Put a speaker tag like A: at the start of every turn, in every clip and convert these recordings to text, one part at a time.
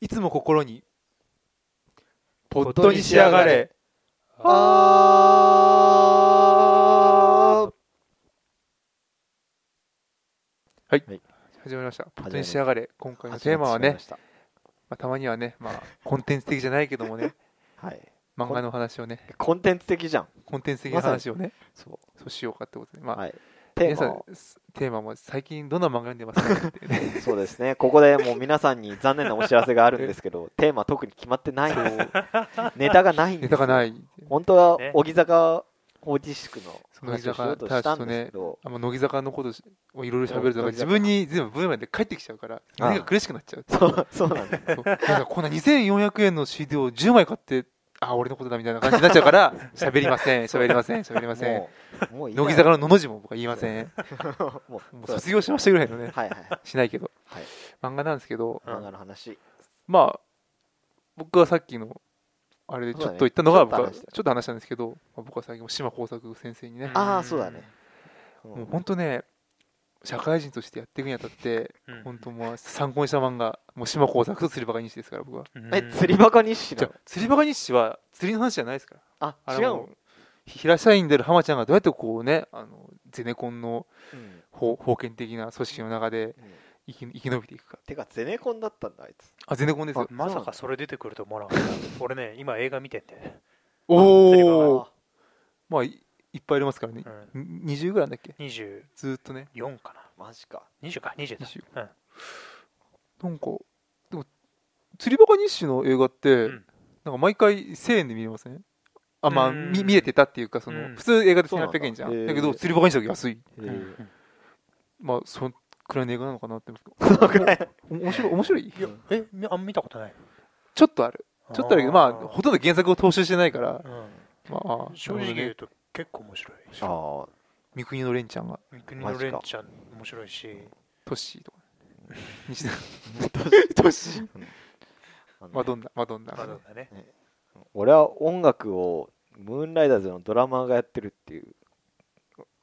A: いつも心にポットに仕上がれあーはい、
B: はい
A: 始まりました「ポットに仕上がれ」今回のテーマは
B: 始ま
A: ね
B: ってしまい
A: まあ、たまにはね、まあ、コンテンツ的じゃないけども ね
B: ましたはい
A: 漫画の話をね
B: コンテンツ的じゃん
A: コンテンツ的な話をね、
B: そ
A: そうしようかってことで、ま
B: う
A: あ
B: はいテ
A: 皆さ
B: ーマ
A: ん
B: を
A: すテーマも最近どんな漫画読んでますかっていう ね
B: そうですねここでもう皆さんに残念なお知らせがあるんですけ どテーマ特に決まってないネタがないんで
A: ネ
B: す
A: タがない
B: 本当は
C: ね
B: 小木坂放置宿の
A: その
B: 話をしようとしたんですけど
A: あんま乃木坂のことをいろいろ喋ると
B: う
A: か
B: ん
A: 自分に全部分まで帰ってきちゃうから
B: ああ
A: 胸が苦しくなっちゃう
B: そうそうなんです
A: そうなんかこんな2400円の CD を10枚買ってあ俺のことだみたいな感じになっちゃうから 喋りません喋りません喋りません
B: もうもういいな
A: 乃木坂ののの字も僕は言いません も
B: もう
A: う
B: そうです
A: 卒業しましたぐらいのね
B: はいはい
A: しないけど、
B: はい
A: 漫画なんですけど、
C: うん
B: 漫画の話
A: まあ僕はさっきのあれでちょっと言ったのが
B: そうだ
A: 僕
B: ね
A: はちょっと話したんですけど、まあ僕は最近も島耕作先生にね
B: あーそうだねうん
A: もう本当ね社会人としてやっていくにあたって
C: うん
A: 本当もう参考にした漫画もう島耕作と釣りバカ日誌ですから僕は
C: うん
B: え釣りバカ日誌
A: じ
B: な
A: ゃ
B: の
A: あ釣りバカ日誌は釣りの話じゃないですから
B: あ
A: あ
B: 違
A: れ
B: う
A: はも
B: の
A: うひ平社員である浜ちゃんがどうやってこうねあのゼネコンの
B: うん
A: 封封建的な組織の中で
B: うん
A: 生き生き延びていくか
B: てかゼネコンだったんだあいつ
A: あゼネコンですよ
C: まさかそれ出てくると思わなかった俺ね今映画見てて、
A: おお
B: あ
A: まあいいっぱいありますからね
C: う、ん、
A: に20ぐらいなんだっけ
C: 24
A: ずーっとね
C: かな
B: マジか
C: 20か20だ
A: 20
C: うん
A: なんかでも釣りバカ日誌の映画って、
C: ん
A: なんか毎回1000円で見れませんあまあ
C: うん
A: み見れてたっていうかその、
C: うん
A: 普通映画で
B: そうなんだ
A: 1800円じゃんだ,、
B: へー
A: けど釣りバカ日誌だけ安い
B: へ
C: う ん
B: ー
A: まあそのくらいの映画なのかなって思う
B: そのくらい
A: お面白い面白い
C: いやえみあんま見たことない
A: ちょっとあるちょっとあるけどまあ
C: ー
A: ほとんど原作を踏襲してないから
C: う
A: まあ
C: ん、正直
A: なるほど
C: 言
A: ね
C: うと結構面白い
B: あー
A: 三国のレンちゃんが
C: 三国のレンちゃん面白いし
A: トッシーとか西田
B: どうしあの
A: マドンナマドンナ
C: あ
A: が
C: の
A: ね
C: ね
B: 俺は音楽をムーンライダーズのドラマーがやってるっていう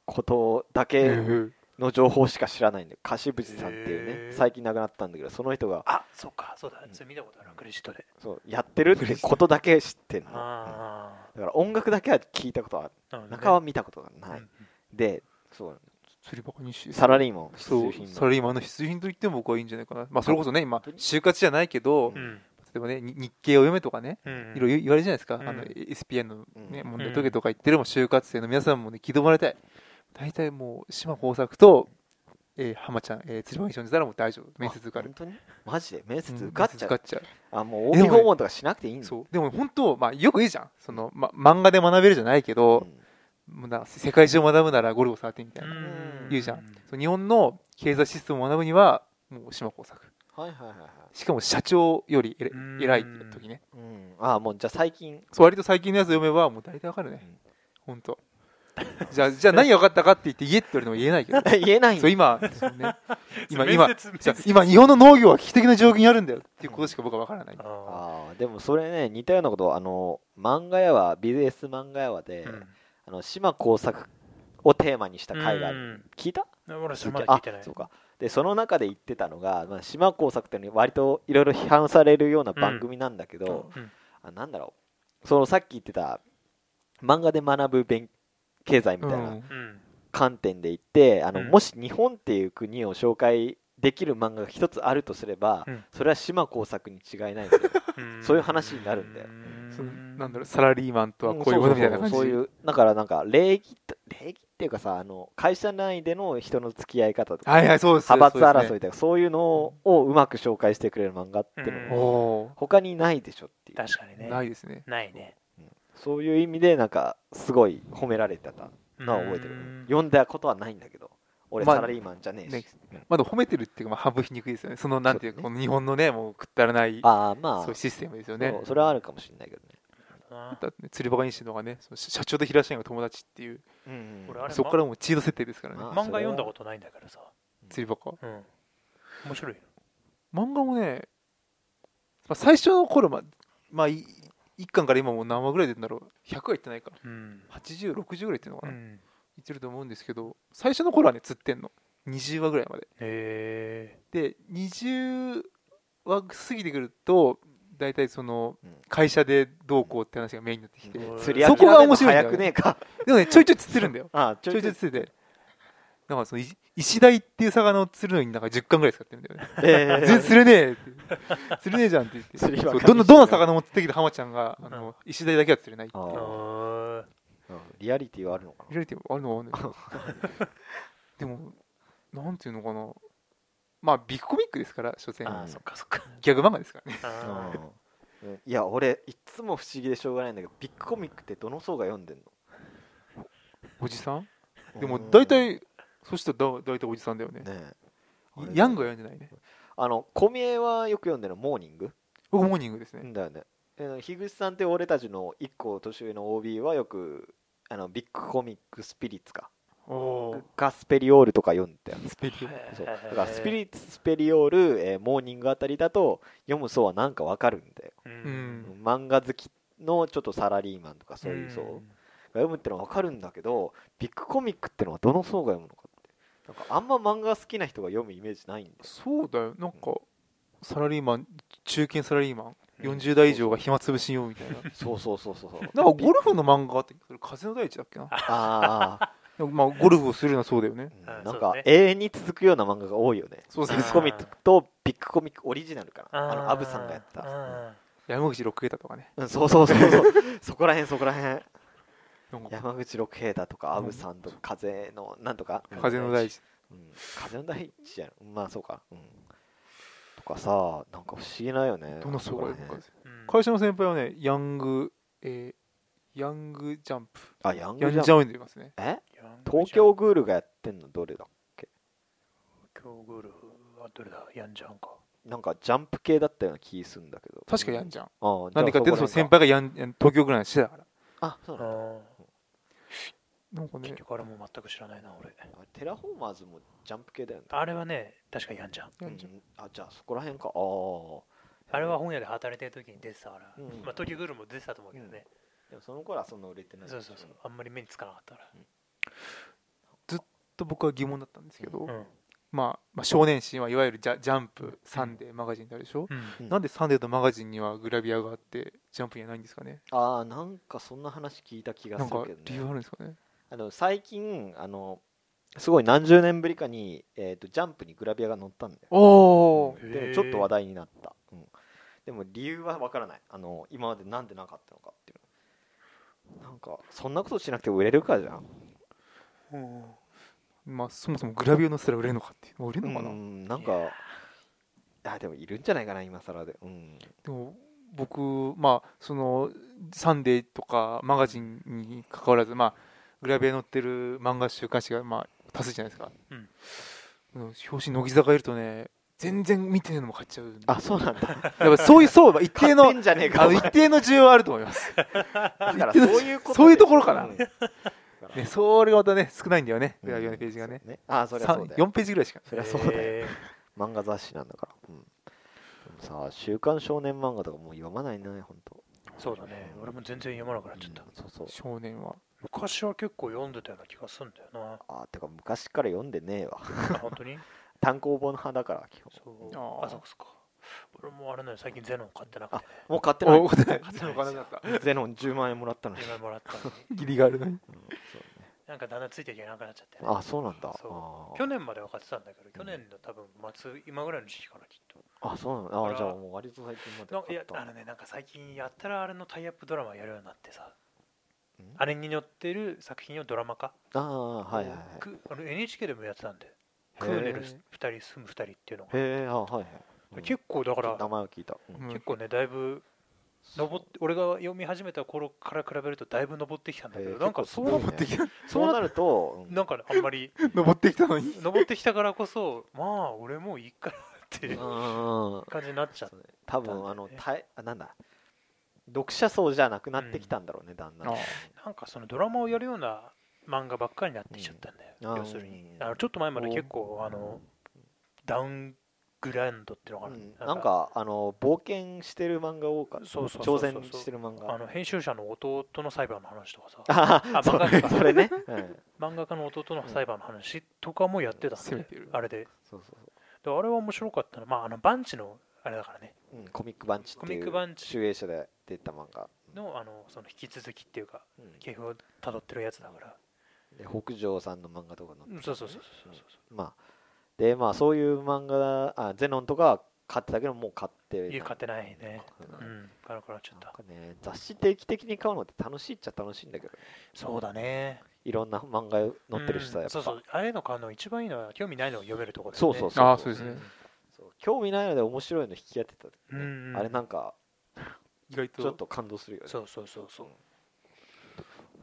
B: ことだ
A: う
B: け
A: ん
B: の情報しか知らないんで樫渕さんっていうね、
C: へー
B: 最近亡くなったんだけどその人が
C: あそっかそうだそれ見たことあるクレジットで
B: そうやってるってことだけ知ってんの、うん
C: あ
B: だから音楽だけは聞いたことは
C: あなるほどね
B: 中は見たことがない、
C: うん
B: でそう
A: 釣りバカ日誌
B: サラリーマン必
A: そ
B: 需
A: う
B: 品の
A: サラリーマンの必需品と言っても僕はいいんじゃないかな、まあ、それこそね今
B: 本当に
A: 就活じゃないけど、
B: う
C: う
A: 例
C: んん
A: えばねに日経を読めとかね
C: うん
A: いろいろ言われるじゃないですか、
C: うん
A: あの SPN の、ね
B: うん
A: 問題解けとか言ってるも就活生の皆さんもね聞いてもらいたい大体もう島耕作と、えー、浜ちゃん、えー、釣り場に一緒にいたらもう大丈夫面接受かる
B: あ本当にマジで面接
A: うん
B: 受かっちゃう、
A: 面接受かっち
B: あもう
A: でも
B: OB
A: ね
B: 訪問とかしなくていい
A: ゃ
B: ん
A: う
B: だ
A: そうでも本当、まあ、よくいいじゃんその、ま、漫画で学べるじゃないけ
B: う
A: ど、
B: ん
A: もうな世界中を学ぶならゴルゴ13みたいな、
C: うん
A: 言うじゃんそう日本の経済システムを学ぶにはもう島耕作
B: はいはいはいはい、
A: しかも社長よりえれ
C: うん
A: 偉い時ね
B: うん、あもうじゃあ最近
A: そう割と最近のやつ読めばもう大体わかるね本当じゃあじ ゃあ何が分かったかって言って言えって言われても言えないけど
B: 言えないん
A: そ
B: だ
A: う今そう ね今
C: 面
A: 今
C: 接面
A: じゃ
C: 接
A: あ今日本の農業は危機的な状況にあるんだよっていうことしか僕は分からない、
C: あ
B: あーでもそれね似たようなことをあの漫画やはビジネス漫画やはで、
C: ー
B: あの島耕作をテーマにした
C: うん
B: 回がある、聞いた
C: うん俺それまだ聞いてない
B: あそうかでその中で言ってたのが、まあ、島耕作っていうのに割といろいろ批判されるような番組なんだけど、
C: うん
B: あなんだろうそのさっき言ってた漫画で学ぶ勉経済みたいな
C: うん
B: 観点で言って、あの
C: うん
B: もし日本っていう国を紹介できる漫画が一つあるとすれば、
C: うん
B: それは島耕作に違いないんですよ
C: う ん
B: そういう話になるんだよ
C: うん
A: そのなんだろうサラリーマン とはこういうも
B: そ
A: のみ
B: そ
A: たいな感じ
B: そういうだからなんか礼儀と礼儀っていうかさあの会社内での人の付き合い方とか
A: はいはいそうです
B: 派閥
A: そう
B: 争
A: で
B: いとかそういうのををうまく紹介してくれる漫画っていう
A: す
B: の
A: ね
B: も
A: お
B: 他にないでしょっていう
C: 確かに
A: ー
C: ね
A: ないですね
C: ないね
B: そういう意味でなんかすごい褒められてたのは覚えてる
C: うん
B: 読んだことはないんだけど俺
A: まあ
B: サラリーマンじゃねえし、
A: まだ褒めてるっていうか、まあ、半分皮肉ですよねそのなんていうか
B: そ
A: この日本のねもうくったらない
B: ああまあ
A: そういうシステムですよね
B: そうそれはあるかもしれないけどね、
C: あ
A: だってね釣りバカにしてるのがねその社長と平社員が友達っていう
B: うん
C: 俺あれ
A: そこからもうチード設定ですからね
B: あ
C: 漫画読んだことないんだからさ
A: 釣りバカ
C: うん面白いよ
A: 漫画もね、まあ、最初の頃ままあ1巻から今もう何話ぐらい出てんだろう100はいってないか
C: うん
A: 8060ぐらいっていうのか
C: う
A: な、い
C: ん
A: ってると思うんですけど最初の頃はね釣ってんの20話ぐらいまで
C: へえ
A: で20は過ぎてくると大体その
B: うん
A: 会社でどうこうって話がメインになってきて、
C: うん
B: 釣り上
A: そ
B: げ
A: こ
B: ら
A: が
B: れ
A: 面
B: るの
A: 白いんだ
B: 早
A: よ
B: くねえか
A: でもねちょいちょい釣ってるんだよ
B: ああち
A: ち
B: ょ
A: ょい
B: いち
A: ち
B: ょ
A: ょ
B: い
A: い釣っててだからそのい石鯛っていう魚を釣るのになんか10貫ぐらい使ってるんだよ ね
B: え
A: 全
B: え
A: 然釣れねえって釣れねえじゃんって言って
B: 釣りばっ
A: そ
B: か
A: う
B: り
A: どのどの魚も釣ってきて浜ちゃんがあの石鯛だけは釣れないって
B: あ
C: う
B: あ
C: ーん
B: うんリアリティはあるのか
A: 見られてもあるのはあるんだけどでもなんていうのかなまあビッグコミックですから所詮
B: あ
C: あーそっかそっか
A: ギャグ漫画ですからね
B: な
C: あー
B: うんいや俺いつも不思議でしょうがないんだけどビッグコミックってどの層が読んでん
A: おじさん
B: の
A: でも大体そしたらだ大体おじさんだよね
B: うんねえ
A: ヤングは読んでないね
B: あの小見江はよく読んでるのモーニング
A: 僕モーニングですね、
B: だよねで樋口さんって俺たちの1個年上の OB はよくあのビッグコミックスピリッツか
A: おお
B: がスペリオールとか読んでたよ
A: スペリオ
B: そうだからスピリッツスペリオール、えーモーニングあたりだと読む層はなんかわかるんで、
C: う
A: うんん
B: 漫画好きのちょっとサラリーマンとかそういう層が
C: ん
B: 読むってのはわかるんだけどビッグコミックってのはどの層が読むのかってなんかあんま漫画好きな人が読むイメージないんで
A: そうだよなんかサラリーマン中堅サラリーマン40代以上が暇つぶしようみたいな
B: そうそうそうそう そう
A: なんかゴルフの漫画あってそれ風の大地だっけな
B: ああ
A: でもまあゴルフをするのはそうだよね
C: あ
B: うんなん
C: そう
B: か
C: ね
B: 永遠に続くような漫画が多いよね。
A: そうそう
B: ビッグコミックとビッグコミックオリジナルかな。あのアブさんがやった。うん
C: あ
A: 山口六桁とかね
B: うん、そうそうそうそう。 そこら辺そこら辺。
A: なんか
B: 山口六平太とかアブさんとか風のなんとか。
A: 風の大地
B: うん、風の大地じゃん。まあそうか。うん、とかさ、なんか不思議なよね。
A: どんなすごい
B: そこら辺
C: ーうん
A: 会社の先輩はねヤング、えー、ヤングジャンプ
B: あ、ヤン
A: ヤ
B: グ
A: ン
B: ジ
A: ジ
B: ャン
A: ャンプで言いますね
B: え
C: ヤングジャン
B: 東京グールがやってんのどれだ
C: 東京グルフはどれだヤンジャンか
B: なんかジャンプ系だったような気するんだけど。
A: 確かヤンジャン
B: ああ
A: なんでかっていうとその先。輩がヤンヤン東京ぐらいの市だから
B: あ、そうなんだ。
C: あ
A: なんか
C: ー結
A: ね
C: 局あれも全く知らないな俺
B: あテラフォーマーズもジャンプ系だよね。
C: あれはね確かヤンジャン
A: ヤ
B: う
A: ンジャン
B: んあじゃあそこら辺かああ
C: あれは本屋で働いてる時に出てたから、
B: うん
C: まあ、東京グルフも出てたと思うけどね、
B: でもその頃はそんな売れてない
C: そうそうそうあんまり目につかなかったか
A: と僕は疑問だったんですけど、
C: ら、
A: まあ、まあ少年誌はいわゆるジャジャンプサンデーマガジンってあるでしょ、
C: うん
B: うん
A: なんでサンデーとマガジンにはグラビアがあってジャンプにはないんですかね
B: ああなんかそんな話聞いた気が
A: なん
B: す
A: か
B: るけ
A: 理由あ
B: どね
A: るんですかね
B: あの最近あのすごい何十年ぶりかに、えー、とジャンプにグラビアが載ったんだよ
A: おお
C: ーへ
B: で
C: ー
B: ちょっと話題になった、うん、でも理由はわからないあの今までなんでなかったのかっていうなんかそんなことしなくても売れるかじゃん
C: うん
A: まあそもそもグラビアのすら売れるのかっていうまあ売れるのかな、
B: うんなん
C: いや
B: かあでもいるんじゃないかな今更でうん
A: でも僕まあそのサンデーとかマガジンに関わらずまあグラビアに載ってる漫画週刊誌がまあ多数じゃないですか、
C: うん
A: うん、表紙乃木坂いるとね全然見てないのも買っちゃうんで
B: あそうなんだ
A: やっぱそういう層は一定の
B: 勝手んじゃねえか
A: あ
B: お
A: の
B: 前
A: 一定の需要はあると思います、
B: だからそういうことで
A: そういうところかな
B: うんだら
A: ね、それがまたね少ないんだよねグラビアのページがね
B: そうああそりゃそうだよ
A: 4ページぐらいしか
B: そりゃそうだよ
C: え
B: 漫画雑誌なんだから、うん、でもさ「週刊少年漫画」とかもう読まないね本当
C: ーそうだね俺も全然読まなくなっちゃった、
B: うんそうそう
A: 少年は
C: 昔は結構読んでたような気がすんだよな
B: あてか昔から読んでねえわ
C: あ本当に
B: 単行本派だから基本
C: そう
A: あー
C: あそこそか俺もあれなの最近ゼノン買ってなくて
B: もう買ってな
A: お
B: い
A: お勝て
C: 勝てない勝てな
B: ゼノン10万円もらったのに、
C: 今もらったのに
A: ギリがあるのに
B: うんそうね
C: なんかだんだんついていけなくなっちゃって
B: あそうなんだ
C: そう
B: あ
C: 去
B: ー
C: 年までは買ってたんだけど去年の多分末今ぐらいの時期かなきっと
B: あそうなんだあ
C: あ
B: ー
C: ら
B: じゃあもう割と最近まで
C: なん
B: 買
C: かいや
B: った
C: あのねなんか最近やったらあれのタイアップドラマやるようになってさ
B: うん
C: あれに載ってる作品をドラマ化
B: あーはいはいはい
C: くあの NHK でもやってたんで
B: へ
C: ク
B: ー
C: ーネル2人住む2人っていうのが
B: へえあはいはい、うん
C: 結構だから
B: 名前を聞いた、うん
A: うん
C: 結構ねだいぶ登って俺が読み始めた頃から比べるとだいぶ登ってきたんだけ
B: へ
C: ど
B: ー
C: なんか
B: 結構
C: そ
B: すご
C: う
B: い
A: 登ってきた
B: そうなると、うん
C: なんかねあんまり
A: 登ってきたのに
C: 登ってきたからこそまあ俺もういいかなっていう
B: うん
C: 感じになっちゃって
B: 多
C: だんだん
B: 分あ
C: ね
B: のたいあなんだ読者層じゃなくなってきたんだろうね、だんだん
A: あ
C: なんかそのドラマをやるような漫画ばっかりになってきちゃったんだよ、
B: うん
C: 要するに
B: うん
C: あのちょっと前まで結構あのダウングランドっていうのがあ
B: う
C: る、
B: んなんかあの冒険してる漫画多かった
C: そうそうそう
B: 挑
C: そう
B: 戦してる漫画
C: あの編集者の弟の裁判の話とかさ
B: あ
C: あ
B: そ
C: 漫画とか
B: うそれね、うん
C: 漫画家の弟の裁判の話とかもやってたん
A: 攻め
C: で
A: てる
C: あれで
B: そうそうそう
C: であれは面白かったなまああのバンチのあれだからね
B: うん、コミックバンチっ
C: コ
B: て
C: ミ
B: い
C: ッ
B: う
C: クバンチ
B: 集英社で出た漫画、
C: のあのその引き続きっていうか
B: うん
C: 系譜をたどってるやつだから、
B: で北条さんの漫画とかの、
C: うん、そうそうそうそうそうそう
B: まあでまあそういう漫画あゼノンとかは買ってたけどもう買って
C: 家買ってないね
B: うん
C: うんカラカラちゃ
B: な
C: っ
B: ん
C: た
B: かね雑誌定期的に買うのって楽しいっちゃ楽しいんだけどね
C: そうだね
B: いろんな漫画載ってるしさ
C: うん
B: やっぱ、
C: そうそうああいうの買うの一番いいのは興味ないのを読めるところだ
B: そ
C: よ
B: う
C: ね
B: そうそう
A: ああそうですね
B: そう興味ないので面白いの引き当てた時
C: う
B: ね、
C: ん
B: あれなんか
A: 意外
B: ちょ
A: と
B: っと感動するよね
C: そうそうそうそう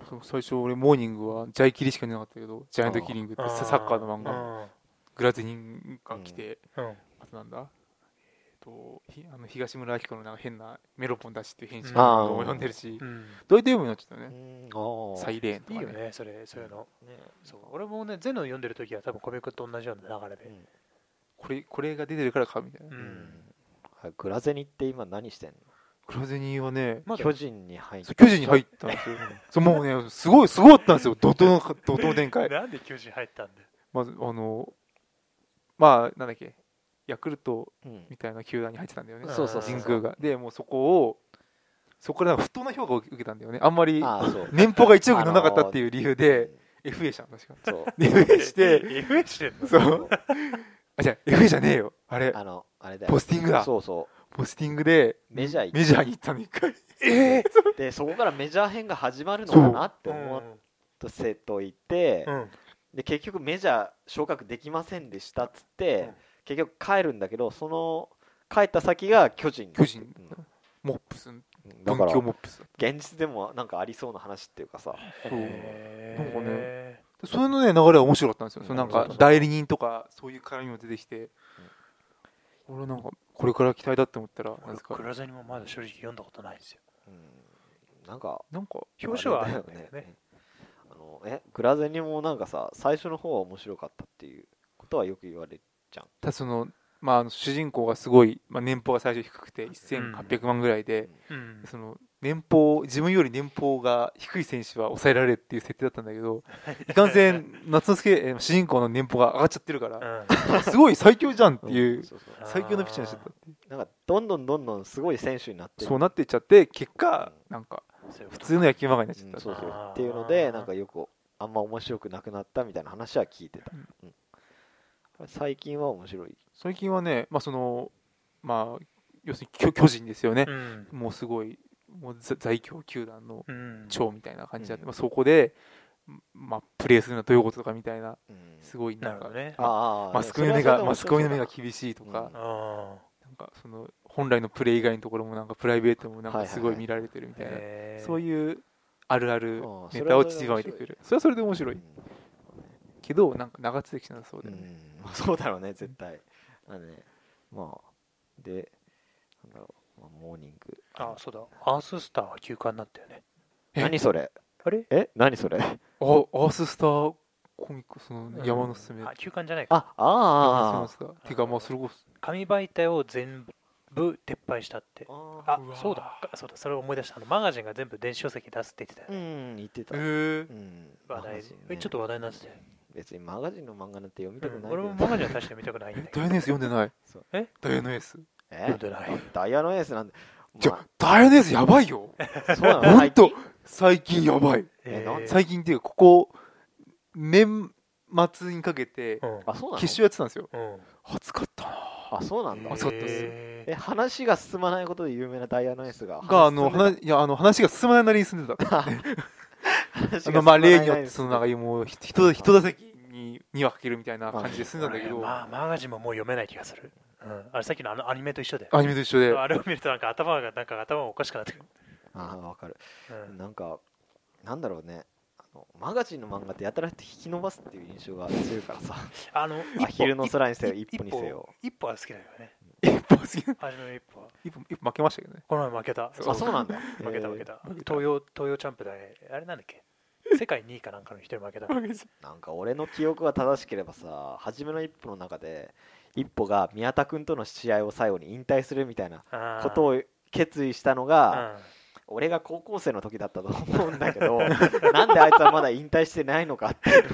A: そう最初俺モーニングはジャイキリしか見なかったけどジャイアントキリングって
C: あ
A: サッカーの漫画
C: うん
A: グラゼニンが来て
C: うん
A: あとなんだえっとひあの東村明子のなんか変なメロポン出しっていう編集
C: あ
B: ー
A: のも読んでるし
C: うん
A: どうやって読むのちょっと
B: う
A: ね
B: んああ
A: サイレーンと
C: いい
A: か
C: よ
A: ね
C: ねそれそういうの
B: ね
C: そう俺もねゼノン読んでる時は多分コミックと同じような流れで
A: これこれが出てるからかみたいな
B: う、
C: うんん
B: あグラゼニって今何してんの、
A: グラゼニはね
C: まだ
B: 巨人に入っ
A: そ
B: て
A: う巨人に入ったんですよそうもうねすごいすごかったんですよ怒涛の怒涛の展開
C: なんで球児入ったんだよ
A: まずあのまあなんだっけヤクルト
B: うん
A: みたいな球団に入ってたんだよね
C: うん
B: そうそうそう
A: 神宮がでもうそこをそこからなんか不当な評価を受けたんだよねあんまり
B: ああそう
A: 年俸が1億にならなかったっていう理由で、FA したん確か
B: あのーうんそ
A: で
B: う
A: FA して
C: FA してんの
A: そうあじゃあ FA じゃねえよあれ
B: あのあれだよ
A: ポスティングだ
B: そうそう
A: ポスティングで
B: メジャー行
A: メジャーに行ったの一回
C: ええ
B: ってでそこからメジャー編が始まるのかなって思ってせといて、
C: うん
B: で結局メジャー昇格できませんでしたっつって、
C: うん
B: 結局帰るんだけどその帰った先が巨人
A: 巨人モップス
B: うんだ
A: 文
B: から
A: 京モップス
B: 現実でもなんかありそうな話っていうかさ
A: そうなんか
C: へ
A: それのね流れは面白かったんですよ、
B: うん
A: そのなん
B: そう
A: か
B: そうそう
A: 代理人とかそういう絡みも出てきて、俺なんかこれから期待だって思ったらなん
C: ー俺
A: ですか
C: クラゼニもまだ正直読んだことないんですよ
B: うんなんか
A: なんか
C: 表紙はあ
B: れだ
C: る
B: よ
C: んだよね
B: ねあのえグラゼニもなんかさ最初の方は面白かったっていうことはよく言われる
A: ただそのまああの主人公がすごい、まあ、年俸が最初低くて
C: ん
A: 1800万ぐらいで、
C: うん
A: その年俸自分より年俸が低い選手は抑えられるっていう設定だったんだけどいかんせん夏之助えー主人公の年俸が上がっちゃってるからすごい最強じゃんっていう
B: そうそう
A: 最強のピッチャーにしちゃったっていう
B: なんかどんどんどんどんすごい選手になって
A: そうなっていっちゃって結果
B: うん
A: なんか
C: 普
A: 普通の野球漫画に なっちゃっ
B: う
A: た
B: んそうそう
C: あー
B: っていうのでなんかよくあんま面白くなくなったみたいな話は聞いてた、
A: うん
B: うん最近は面白い、
A: 最近はね、まあそのまあ、要するに巨巨人ですよね、
C: うん
A: もうすごいもうざ在京球団の
C: うん
A: 長みたいな感じになって、
B: うん
A: まあ、そこで、まあ、プレーするのはどういうこととかみたいな、すごい
C: な
A: な
C: る
A: ん
C: ほ
A: か、
C: どね
B: ああ
A: マスコミの目がマスコミの目が厳しいとか、
B: うん
C: あ
A: なんかその本来のプレー以外のところもなんかプライベートもなん
B: は
A: か
B: いはいはい
A: すごい見られてるみたいな、
C: あ
A: そう
C: いう
A: いうあるある
B: ああ
A: ネタをちりばめてくる、それはそれで面白いけど、なんか長続きしなさそう
B: う
A: だ
B: ん
A: よね。
B: まあそうだろうね絶対あのねまあでなんだろう、まあ、モーニング
C: あそうだアーススターは休刊になったよね
A: え
B: 何それ
C: あれ
B: え何それ
A: あアーススターコミックスのね山のすすめ、
C: あ休刊じゃないか
B: あ
A: あ
B: あー
A: てかまあそれこそ
C: 紙媒体を全部撤廃したって
B: あー
C: あ
A: うわー
C: そうだそうだそれを思い出したあのマガジンが全部電子書籍出すって言ってたよ
B: う
C: ね、
B: ん言ってた、
A: え
B: うんマ
C: 話題
B: ガ
C: で
B: ジンね
C: えちょっと話題になってたよ、
B: 別にマガジンの漫画なんて読みたくないけ
C: 俺
B: ど
C: もマガジンは大して見たくないんだけ
A: ダイア
C: ど
A: ナエース読んでない
B: そう
C: え
A: ダイアナエース
B: え
C: 読んでない
B: ダイヤのエースなんで、
A: じゃ
B: ま
A: ダイアナエースやばいよ
B: あ、そうな
A: ほん
B: の最近
A: と最近やばい
B: えなん
A: 最近っていうかここ年末にかけて
C: うん
B: あそうなの
A: 決勝やってたんですよ
C: うん
A: 暑かったな
B: あそうなんだ
A: あそうだったっす
C: へ
B: え話が進まないことで有名なダイヤのエースが
A: があの
B: 話
A: 話いやあの話が進まないなりに進んでた
B: 話
A: あ
B: が
A: のまあ
B: 進まない
A: 例によってそのなんかもうひとひと打席に2はかけるみたいな感じで進んだんだけ
C: 俺
A: ど
C: まあ
A: ア
C: マガジンももう読めない気がする、うん、あれさっきのあのアニメと一緒だよ
A: ニメと一緒で
C: あれを見るとなんか頭がなんか頭がおかしくなってくる、
B: あーわかる
C: うん
B: なんかなんだろうねあのマガジンの漫画ってやたらと引き伸ばすっていう印象が強いからさ
C: あの
B: アヒルの空にせよ一
C: 一
B: 歩にせよ
C: 一歩は好きだよね
A: 一歩すぎる
C: 味の一歩は
A: 一歩一歩負けましたけどね
C: この前負けた
A: そう
B: あそうなんだ
C: 負けた負け
B: え
C: た
A: 負けた
C: 東洋東洋チャンプだねあれなんだっけ世界2位かなんかの人に負けた
B: ーなんか俺の記憶が正しければさ初めの一歩の中で一歩が宮田君との試合を最後に引退するみたいなこと
C: を
B: を決意したのが、俺が高校生の時だったと思うんだけど なんであいつはまだ引退してないのかっていう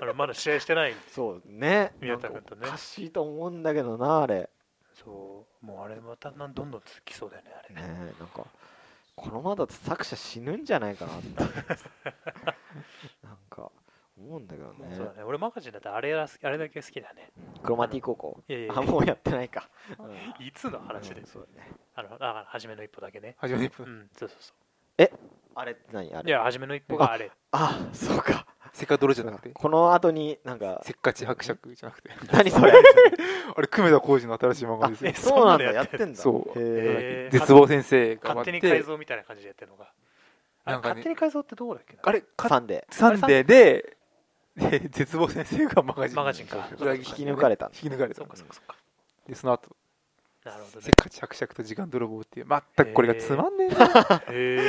C: あのまだ試合してない
B: そうね
C: 宮田君と
B: なんか
C: ね
B: おかしいと思うんだけどなあれ
C: そもうあれまたなんどんどん続きそうだよねあれ
B: ねえなんかこのままだと作者死ぬんじゃないかなってなんか思うんだけどね
C: そうだね俺マガジンだったらあれらすあれだけ好きだね
B: クロマティ高校
C: いやいや
B: あもうやってないか、うん
C: いつの話
B: う
C: で
B: ん
C: す
B: そうだね
C: あのだから初めの一歩だけね
A: 初めの一
C: う
A: 歩
C: んそうそうそ
B: あれって何あ
C: うい
B: れ
C: や初めの一歩があれ
B: あそうか
A: セカドロじゃなくて
B: この後になんか
A: せっかち伯爵じゃなくて
B: 何それ
A: あれ久米田浩二の新しい漫画ですよ
C: あえ
B: そうなんだ
C: そんなのや
B: や
C: っ
B: って
C: ん
B: てんだ
A: そう
B: へえ
C: えー
A: 絶望先生が
C: 勝手
A: 終わっ
C: に
A: て
C: 改造みたいな感じでやってるのがあれ
A: なんかね
C: 勝手に改造ってどうだっけな
A: あれか
B: サンデ
A: サンデーでで絶望先生がマガジン
C: マガジンか
A: 裏切
B: 引
A: った
B: き抜かれたんだ
A: 引き抜かれた
C: そうかそうかそうか
A: でその後
C: なるほど
A: せ
C: ね
A: っかち伯爵と時間泥棒っていう全くこれがつまんねえな
C: へ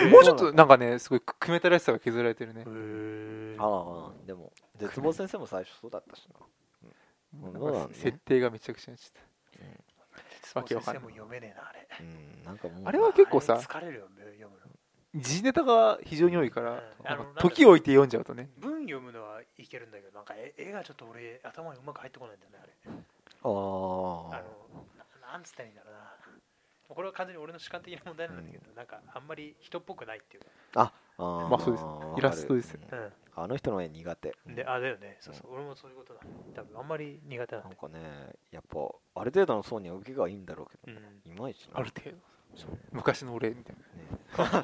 C: ー
A: もうちょっとなんかねすごいくめたらしさが削られてるね
C: へー
B: ーああでも絶望先生も最初そうだったしなうん
A: な
B: どうんな
A: か
B: んだ
A: 設定がめちゃくちゃにちゃっ
C: 絶望
A: わけわかん
C: 先生
A: ない
C: も読めねえなあれ
B: うんなんかもう
A: あれは結構さ
C: あれ疲れるよ読むの
A: た時事ネタが非常に多いから、
C: うん
A: なん
C: あ
A: か
C: のなんか
A: 時を置いて読んじゃうとね
C: 文読むのはいけるんだけどなんか絵絵がちょっと俺頭にうまく入ってこないんだよねあれ
B: あ
C: あ
B: あ
C: のななんつったらいいんだろうなこれは完全に俺の主観的な問題なんだけど、なんかあんまり人っぽくないっていう
B: あー
A: まあそうです
B: わかる
A: イラストですよ
B: うん
C: か、
B: あの人の絵苦手
C: うん、であだよねそうそう、俺もそういうことだ多分あんまり苦手なん
B: なん
C: だよ
B: かねやっぱある程度の層には受けがいいんだろう
C: う
B: けど、
C: ん
B: いまいちな
A: ある程 度昔の俺みたい
B: ね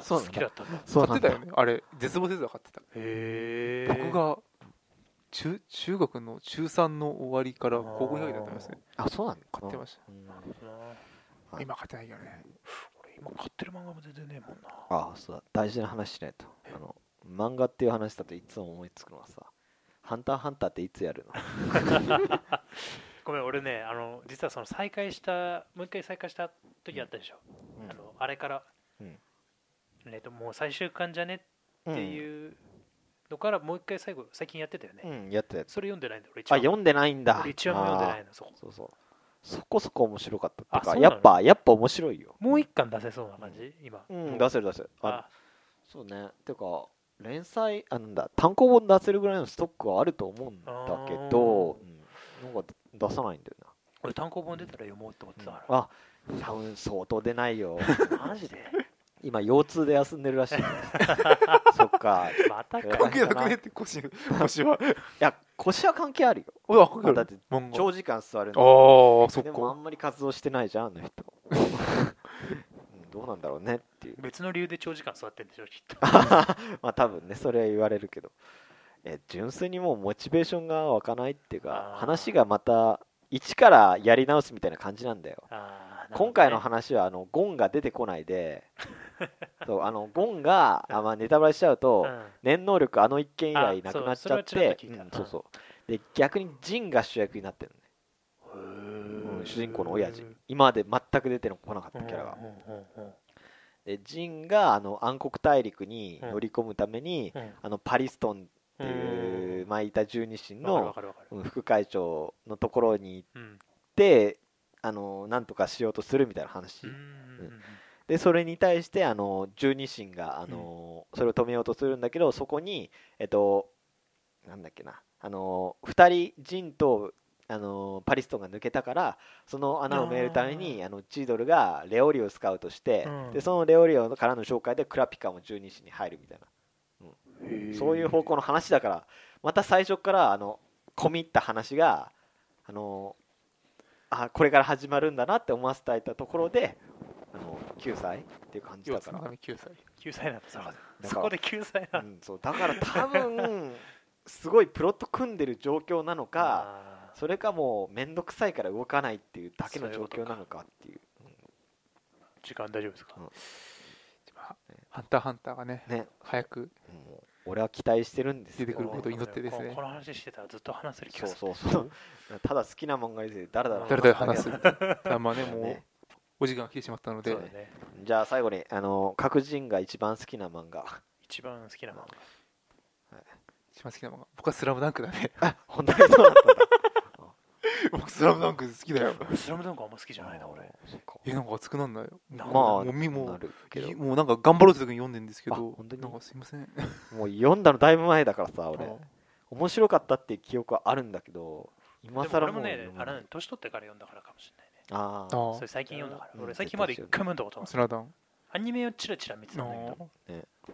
B: そうな
C: 好
B: ん
C: き
B: だ
C: だったんだ
B: そう
A: な買っ
B: なん
A: て
B: だ
A: たよねあれ絶望せずは買ってた、
C: へえ
A: 僕が中中学の中3の終わりから高校にかけてやってますね
B: あそうなんだ、
A: 買ってました
B: うん
A: た今買ってないけどね
C: 俺今買ってる漫画も全然ねえもんな
B: ああそうだ大事な話しないとあの漫画っていう話だといつも思いつくのはさ「ハンターハンター」っていつやるの
C: ごめん俺ねあの実はその再開したもう一回再開した時あったでしょ、あのあれから、
B: うん
C: えっともう最終巻じゃね
B: うん
C: っていうのからもう一回最後最近やってたよね、
B: うん、うん、やったやつ
C: それ読んでないんだ俺一
B: あ
C: 話も
B: 読んでないんだ
C: 俺一話も読んでない
B: あ
C: のそこ
B: ーそうそうそこそこ面白かったっていう
C: あ
B: か
C: そうな
B: や
C: の
B: っぱやっぱ面白いよ
C: もう一巻出せそうな感じ、今
B: うん出せる出せるあ
C: あ
B: そうねてか連載あなんだ単行本出せるぐらいのストックはあると思うんだけど、うん、なんか出さないんだよな
C: 俺単行本出たら読もうと思ってたか
B: あ多分相当出ない よ
C: ら、マ ジで
B: 今腰痛で休んでるら しいそっかい
C: また
B: え
A: 関
C: か
A: 係なくねって腰腰は
B: や腰は関係あるよ
A: 俺分か
B: だっ
A: る
B: て
A: 漫画
B: 長時間座るの
A: ああそっ
B: でもあ
A: か
B: んまり活動してないじゃんあの人 うんどうなんだろうねっていう
C: 別の理由で長時間座ってんでしょきっと
B: まあ多分ねそれは言われるけどえ純粋にもうモチベーションが湧かないっていうか
C: あー
B: 話がまた一からやり直すみたいな感じなんだよ
C: あーなるほどね
B: 今回の話はあのゴンが出てこない でそうあのゴンがあ、まあ、ネタバレしちゃうと、
C: うん
B: 念能力あの一件以外
C: あ
B: な
C: そ
B: く
C: う
B: なっちゃっ
C: それは
B: て
C: ち
B: う
C: らっと聞いた
B: んそうそうで逆にジンが主役になってるのね、うん主人公の親父今まで全く出てこなかったキャラが、
C: うんうんうんうん
B: でジンがあの暗黒大陸に乗り込むために、
C: うん
B: あのパリストンっていう、まあ、いた十二神の
C: わかるわかるわかる
B: うん副会長のところに行っ
C: うん
B: てあのなんとかしようとするみたいな話、
C: うんうんうん
B: でそれに対してあの十二神があの、それを止めようとするんだけどそこにえっとなんだっけなあの二人ジンとあのパリストンが抜けたからその穴を埋めるためにあのチードルがレオリオをスカウトして、
C: うん
B: でそのレオリオからの紹介でクラピカも十二神に入るみたいなそういう方向の話だからまた最初からあの込み入った話があのあこれから始まるんだなって思わせてあげたところであの救済っていう感じ
A: 4
B: だ
A: つ
B: か
A: の
B: ら、
A: 神9歳
C: 救済なんだそこ
B: ら
C: そこで救済
B: う
C: なん
B: ん、そうだから多分すごいプロット組んでる状況なのか
C: あ
B: それかもう面倒くさいから動かないっていうだけの状況なのかっていう
C: ー時間大丈夫ですか
A: まあハンターハンターがね
B: ね、
A: 早く
B: もう俺は期待してるんです
A: 出てくることを祈ってです
C: こ
A: ね
C: この話してたらずっと話せる気
B: そ
C: が
B: う
C: する
B: そうそうただ好きな漫画でだらだら
A: だらだら話す
B: だ
A: ただまあね
B: けだ
A: もう
B: ね
A: お時間が来てしまったので
C: そうだね
B: じゃあ最後にあの各人が一番好きな 漫画
C: 一番好きな漫
A: 一番好きな漫画僕は「スラムダンクだね
B: あ本当にそう だったんだ
A: 僕「スラムダンク好きだよ
C: 画スラムダンクあんま好きじゃないな俺
B: そっか
A: えなんか熱くなんないよ
C: まあ
A: も
B: ま
A: う
B: あ
A: もみ
B: な
A: も
B: るけど
A: いもうなんか頑張ろうって時に読んでんですけ
B: あ
A: ど
B: 本当に
A: なんかすいません
B: もう読んだのだいぶ前だからさ俺
A: あ
B: 面白かったっていう記憶はあるんだけど今
C: でも
B: 更
C: 俺
B: も
C: も
B: う
C: ね
B: 読
C: あ
B: まない
C: れ年取ってから読んだからかもしれないね
B: ああ
A: あ
C: それ最近読んだから、
B: うん
C: 俺最近まで一回も読んだこと
A: あ
C: ない
A: スラダン
C: アニメをチラチラ見てたんだけど
A: の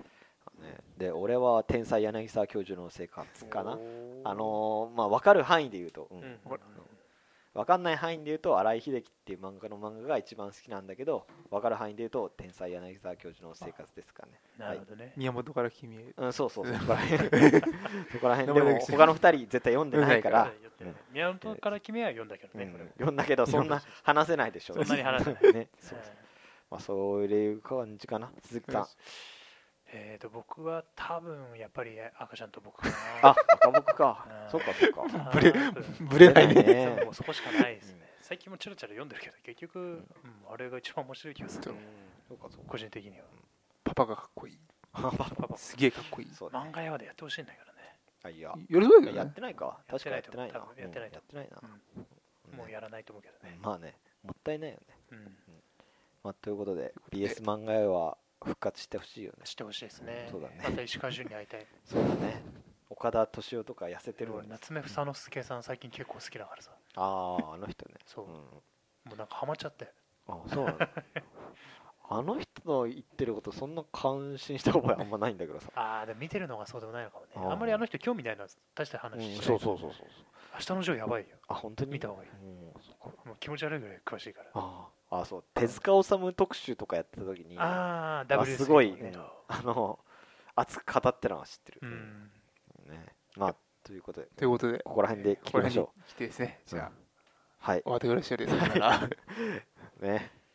B: ねで俺は天才柳沢教授の生活かな
C: おー
B: あのーまあ分かる範囲で言うと、うん
C: うんうん
B: 分かんない範囲で言うと新井秀樹っていう漫画の漫画が一番好きなんだけど分かる範囲で言うと天才柳沢教授の生活ですかね
C: なるほどね、
A: 宮本から君へ
B: うん、そうそうそこら辺そこら
A: 名
B: 辺で
A: 前だ
B: も
A: け知ってる
B: 他の二人絶対読んでないか
A: あ
B: ら、
C: 言ってね宮本から君は読んだけど
B: う
C: ね、
B: ん
C: これも
B: 読んだけどそんな話せないでしょ
C: そんなに話せない、
B: ねそう
C: うん
B: まあそういう感じかな鈴木さん
C: えー、と僕は多分やっぱり赤ちゃんと僕かな
B: あ赤僕か
C: うん
B: そっかそっか
C: 多分
A: ブレブレないね
B: 出
C: そうもうそこしかないですね、
B: うん
C: 最近もチラチラ読んでるけど結局、うんあれが一番面白い気がす
A: ちょ
C: る
A: っ
B: そうかそうか
C: 個人的には
A: パパがかっこいい
C: パパ
A: すげえかっこいい
B: そうだね
C: 漫画屋でやってほしいんだけどね
B: あいや
A: やりそうだけど
B: やっ
A: ね
B: てないか
C: やっ
B: 確か
C: てな
B: や
C: い
B: っ
C: と
B: てないな
C: 多分やってない
B: うん
C: と
B: やってないな
C: もうやらないと思うけどね、
B: まあねもったいないよね
C: うん、
B: まあということで BS 漫画家は復活してほしいよね
C: してほしいですね
B: そうだね
C: また石川純に会いたい
B: そうだね岡田敏夫とか痩せてるもんね
C: 夏目房之助さん最近結構好きだからさ
B: あああの人ね
C: そうんもうなんかハマっちゃって
B: あそうなのあの人の言ってることそんな感心した覚えあんまないんだけどさ、
C: ああでも見てるのがそうでもないのかもね
B: あ
C: あ
B: ー
C: んまりあの人興味ないな大した
B: う
C: 話
B: ん
C: しない
B: そうそうそうそう
C: 明日のジョーやばいよ
B: あ本当に
C: 見た方がいい
B: うんそっか
C: もう気持ち悪いぐらい詳しいから
B: あーあそう手塚治虫特集とかやってた時にあ
C: ああ W
B: すごい、
C: ね
B: うんの熱く語ってるのは知ってる、
C: うん
B: ねまあということで
A: ということで
B: ここら辺で聞
A: こ
B: き
A: こら
B: まし
A: 辺に
B: ょ
A: 来てですね
B: う
A: じゃあ
B: はい
A: 終わってくださいですさよなら
B: ね